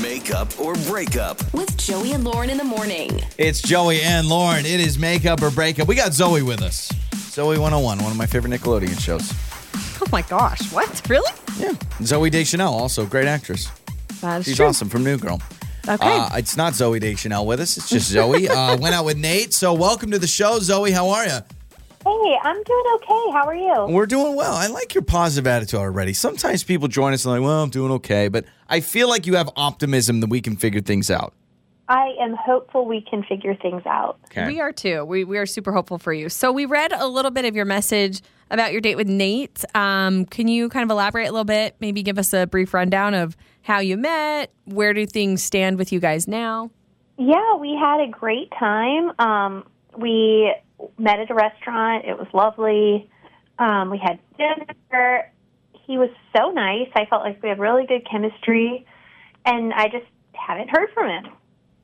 Makeup or breakup. with Joey and Lauren in the morning. It's Joey and Lauren. It is makeup or breakup. We got Zoe with us. Zoe 101, one of my favorite Nickelodeon shows. Oh my gosh, what? Really? Yeah. Zoe Deschanel, also great actress. That's She's true. awesome from New Girl. Okay. Uh, it's not Zoe Deschanel with us. It's just Zoe. Uh, went out with Nate. So welcome to the show, Zoe. How are you? Hey, I'm doing okay. How are you? We're doing well. I like your positive attitude already. Sometimes people join us and like, well, I'm doing okay, but I feel like you have optimism that we can figure things out. I am hopeful we can figure things out. Okay. we are too. We, we are super hopeful for you. So we read a little bit of your message about your date with Nate. Um, can you kind of elaborate a little bit? Maybe give us a brief rundown of how you met. Where do things stand with you guys now? Yeah, we had a great time. Um, we met at a restaurant. It was lovely. Um, we had dinner. He was so nice. I felt like we had really good chemistry, and I just haven't heard from him.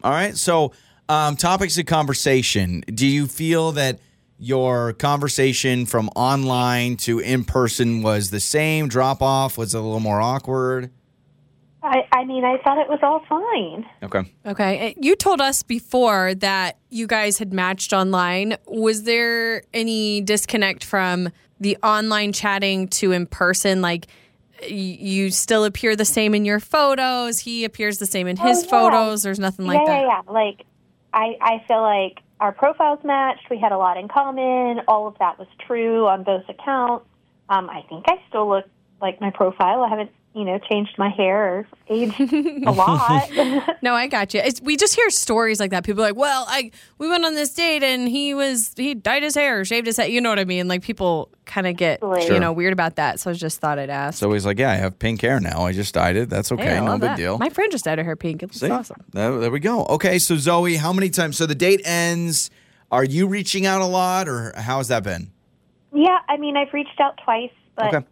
All right. So, um, topics of conversation. Do you feel that your conversation from online to in person was the same? Drop off was it a little more awkward. I, I mean, I thought it was all fine. Okay. Okay. eh, You told us before that you guys had matched online. Was there any disconnect from the online chatting to in person? Like, y- you still appear the same in your photos. He appears the same in his Oh, yeah. photos. There's nothing like yeah, that. yeah, yeah. Like, I, I feel like our profiles matched. We had a lot in common. All of that was true on both accounts. Um, I think I still look like my profile. I haven't, you know, changed my hair or aged a lot. No, I got you. It's, we just hear stories like that. People are like, well, I we went on this date and he was he dyed his hair, shaved his head. You know what I mean? Like people kind of get Sure. you know weird about that. So I just thought I'd ask. So he's like, "Yeah, I have pink hair now. I just dyed it. That's okay. Hey, I no love big that. deal." My friend just dyed her hair pink. It's See? awesome. There, there we go. Okay. So Zoe, how many times? So the date ends. Are you reaching out a lot, or how has that been? yeah, I mean, I've reached out twice, but Okay.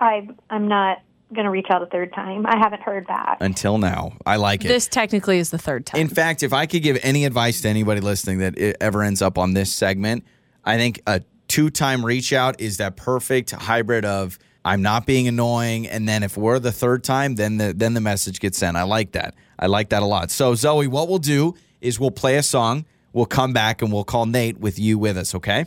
I, I'm not going to reach out a third time. I haven't heard back. Until now, I like it. This technically is the third time. In fact, if I could give any advice to anybody listening that it ever ends up on this segment, I think a two time reach out is that perfect hybrid of I'm not being annoying. And then if we're the third time, then the then the message gets sent. I like that. I like that a lot. So Zoe, what we'll do is we'll play a song, we'll come back and we'll call Nate with you with us, okay?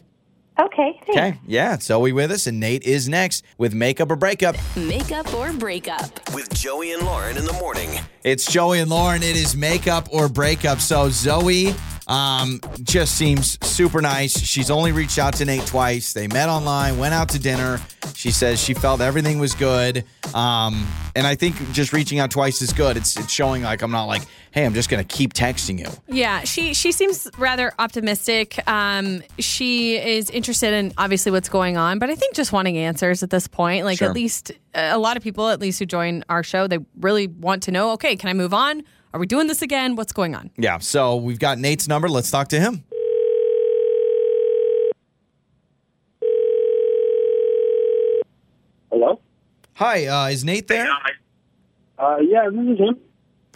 Okay, thanks. Okay. Yeah, Zoe with us and Nate is next with makeup or breakup. Makeup or breakup. With Joey and Lauren in the morning. It's Joey and Lauren. It is makeup or breakup. So Zoe um, just seems super nice. She's only reached out to Nate twice. They met online, went out to dinner. She says she felt everything was good. Um, and I think just reaching out twice is good. It's, it's showing like I'm not like, hey, I'm just going to keep texting you. Yeah, she she seems rather optimistic. Um, she is interested in obviously what's going on, but I think just wanting answers at this point. Like Sure. at least a lot of people, at least who join our show, they really want to know. Okay, can I move on? Are we doing this again? What's going on? Yeah. So we've got Nate's number. Let's talk to him. Hello? Hi, uh, is Nate there? Uh, yeah, this is him.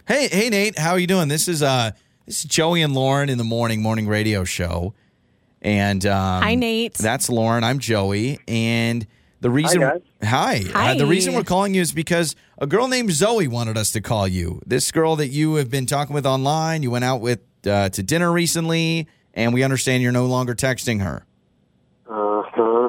Hey, hey, Nate, how are you doing? This is uh, this is Joey and Lauren in the morning morning radio show, and um, Hi, Nate. That's Lauren. I'm Joey, and the reason guys. hi, Uh, the Hi. reason we're calling you is because a girl named Zoe wanted us to call you. This girl that you have been talking with online, you went out with uh, to dinner recently, and we understand you're no longer texting her. Uh-huh.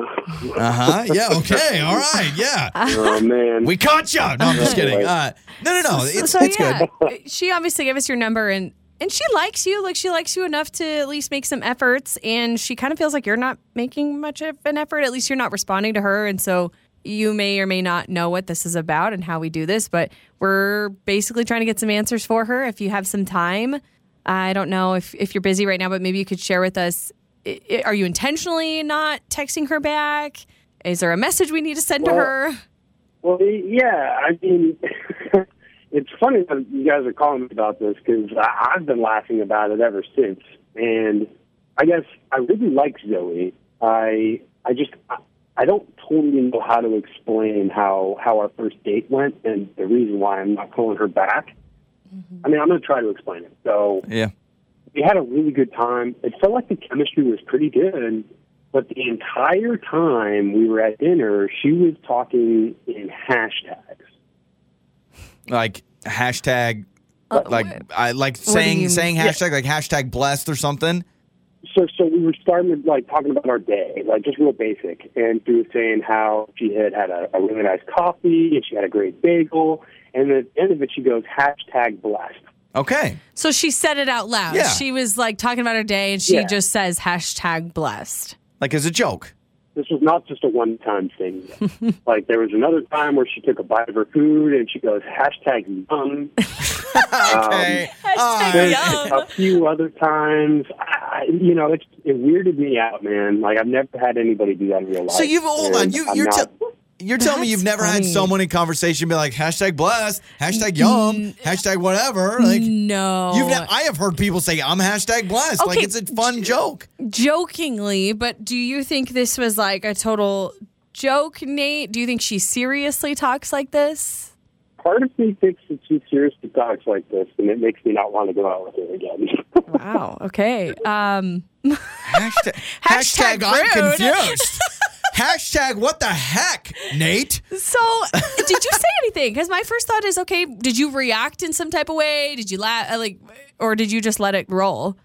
Uh huh. Yeah. Okay. All right. Yeah. oh, man. We caught you. No, I'm just kidding. Uh, no, no, no. It's so it's good. yeah, she obviously gave us your number and and she likes you. Like she likes you enough to at least make some efforts. And she kind of feels like you're not making much of an effort. At least you're not responding to her. And so you may or may not know what this is about and how we do this. But we're basically trying to get some answers for her. If you have some time, I don't know if if you're busy right now, but maybe you could share with us. i- i- Are you intentionally not texting her back? Is there a message we need to send to Well, her? Well, yeah, I mean, it's funny that you guys are calling me about this because I've been laughing about it ever since. And I guess I really like Zoe. I I just I, I don't totally know how to explain how how our first date went and the reason why I'm not calling her back. I mean, I'm going to try to explain it. So Yeah. we had a really good time. It felt like the chemistry was pretty good, but the entire time we were at dinner, she was talking in hashtags. Like hashtag Uh, like I like do you saying mean? saying hashtag like hashtag blessed or something. so so we were starting with, like talking about our day, like just real basic, and she was saying how she had had a, a really nice coffee and she had a great bagel, and then at the end of it she goes hashtag blessed. Okay. So she said it out loud. Yeah. She was like talking about her day and she Yeah. just says hashtag blessed. Like as a joke. This was not just a one time thing. like there was another time where she took a bite of her food and she goes hashtag yum. Um, Okay. Hashtag yum. a few other times, I, you know, it's, it weirded me out, man. Like I've never had anybody do that in real life. so you hold on. and You I'm you're not- tell- you're telling me That's you've never had funny. someone in conversation be like hashtag blessed, hashtag yum, hashtag whatever. Like no. you've ne- I have heard people say I'm hashtag blessed. Like Okay, it's a fun joke. Jokingly, but do you think this was like a total joke, Nate? Do you think she seriously talks like this? part of me thinks that she seriously talks like this, and it makes me not want to go out with her again. Wow. Okay. Um, Hashtag, Hashtag I'm rude. confused. hashtag what the heck, Nate? so, did you say anything? Because my first thought is, okay, did you react in some type of way? Did you laugh, uh, like, or did you just let it roll?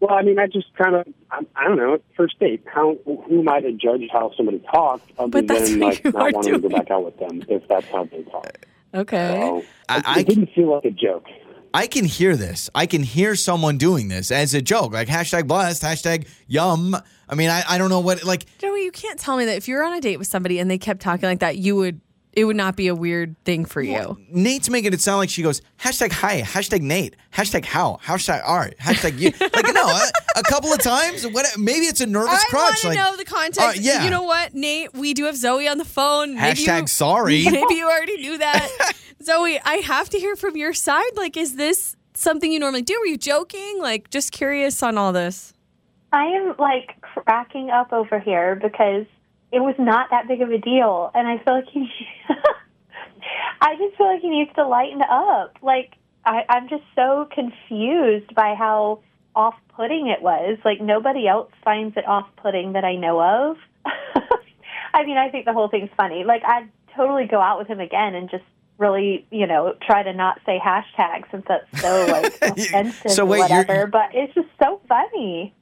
well, I mean, I just kind of, I, I don't know, first date. How who am I to judge how somebody talks other But that's than what like you are not wanting to doing. go back out with them if that's how they talk? Okay. So I- it, I- it didn't feel like a joke. I can hear this. I can hear someone doing this as a joke, like hashtag blessed, hashtag yum. I mean, I, I don't know what like. Joey, you can't tell me that if you're on a date with somebody and they kept talking like that, you would it would not be a weird thing for you. Nate's making it sound like she goes hashtag hi, hashtag Nate, hashtag how, hashtag R, hashtag you. like no, a, a couple of times. What? Maybe it's a nervous I want crotch. to Like know the context. uh, yeah. You know what, Nate? We do have Zoe on the phone. Maybe hashtag you, sorry. Maybe you already knew that. Zoe, I have to hear from your side. Like, is this something you normally do? Were you joking? Like, just curious on all this. I am like cracking up over here because it was not that big of a deal, and I feel like he. I just feel like he needs to lighten up. Like I, I'm just so confused by how off-putting it was. Like nobody else finds it off-putting that I know of. I mean, I think the whole thing's funny. Like I'd totally go out with him again and just really, you know, try to not say hashtag since that's so like offensive So or wait, you're- whatever. But it's just so funny.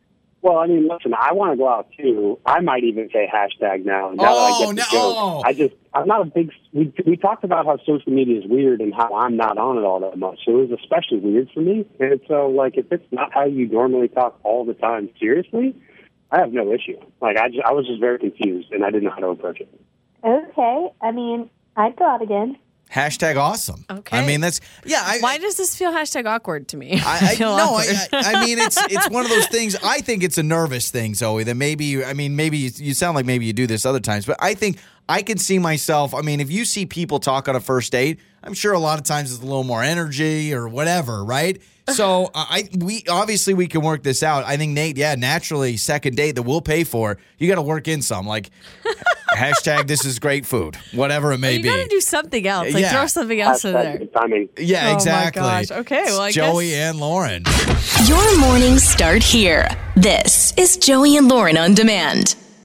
Well, I mean, listen, I want to go out too. I might even say hashtag now. now Oh, that I get no. the joke. I just, I'm not a big. We, we talked about how social media is weird and how I'm not on it all that much. So it was especially weird for me. And so, like, if it's not how you normally talk all the time, seriously, I have no issue. Like, I, just, I was just very confused and I didn't know how to approach it. Okay. I mean, I'd go out again. hashtag awesome. Okay. I mean, that's yeah. I, Why does this feel hashtag awkward to me? I, I Feel no, awkward. I, I I mean it's it's one of those things. I think it's a nervous thing, Zoe. That maybe you, I mean maybe you, you sound like maybe you do this other times, but I think I can see myself. I mean, if you see people talk on a first date, I'm sure a lot of times it's a little more energy or whatever, right? So I I- we obviously we can work this out. I think Nate, yeah, naturally second date that we'll pay for. You got to work in some like hashtag this is great food, whatever it may Oh, you be. gotta do something else. Like, Yeah. throw something else in Hashtag there. good timing. yeah, Oh my exactly. gosh. Okay, well, I It's Joey guess- and Lauren. Your mornings start here. This is Joey and Lauren on demand.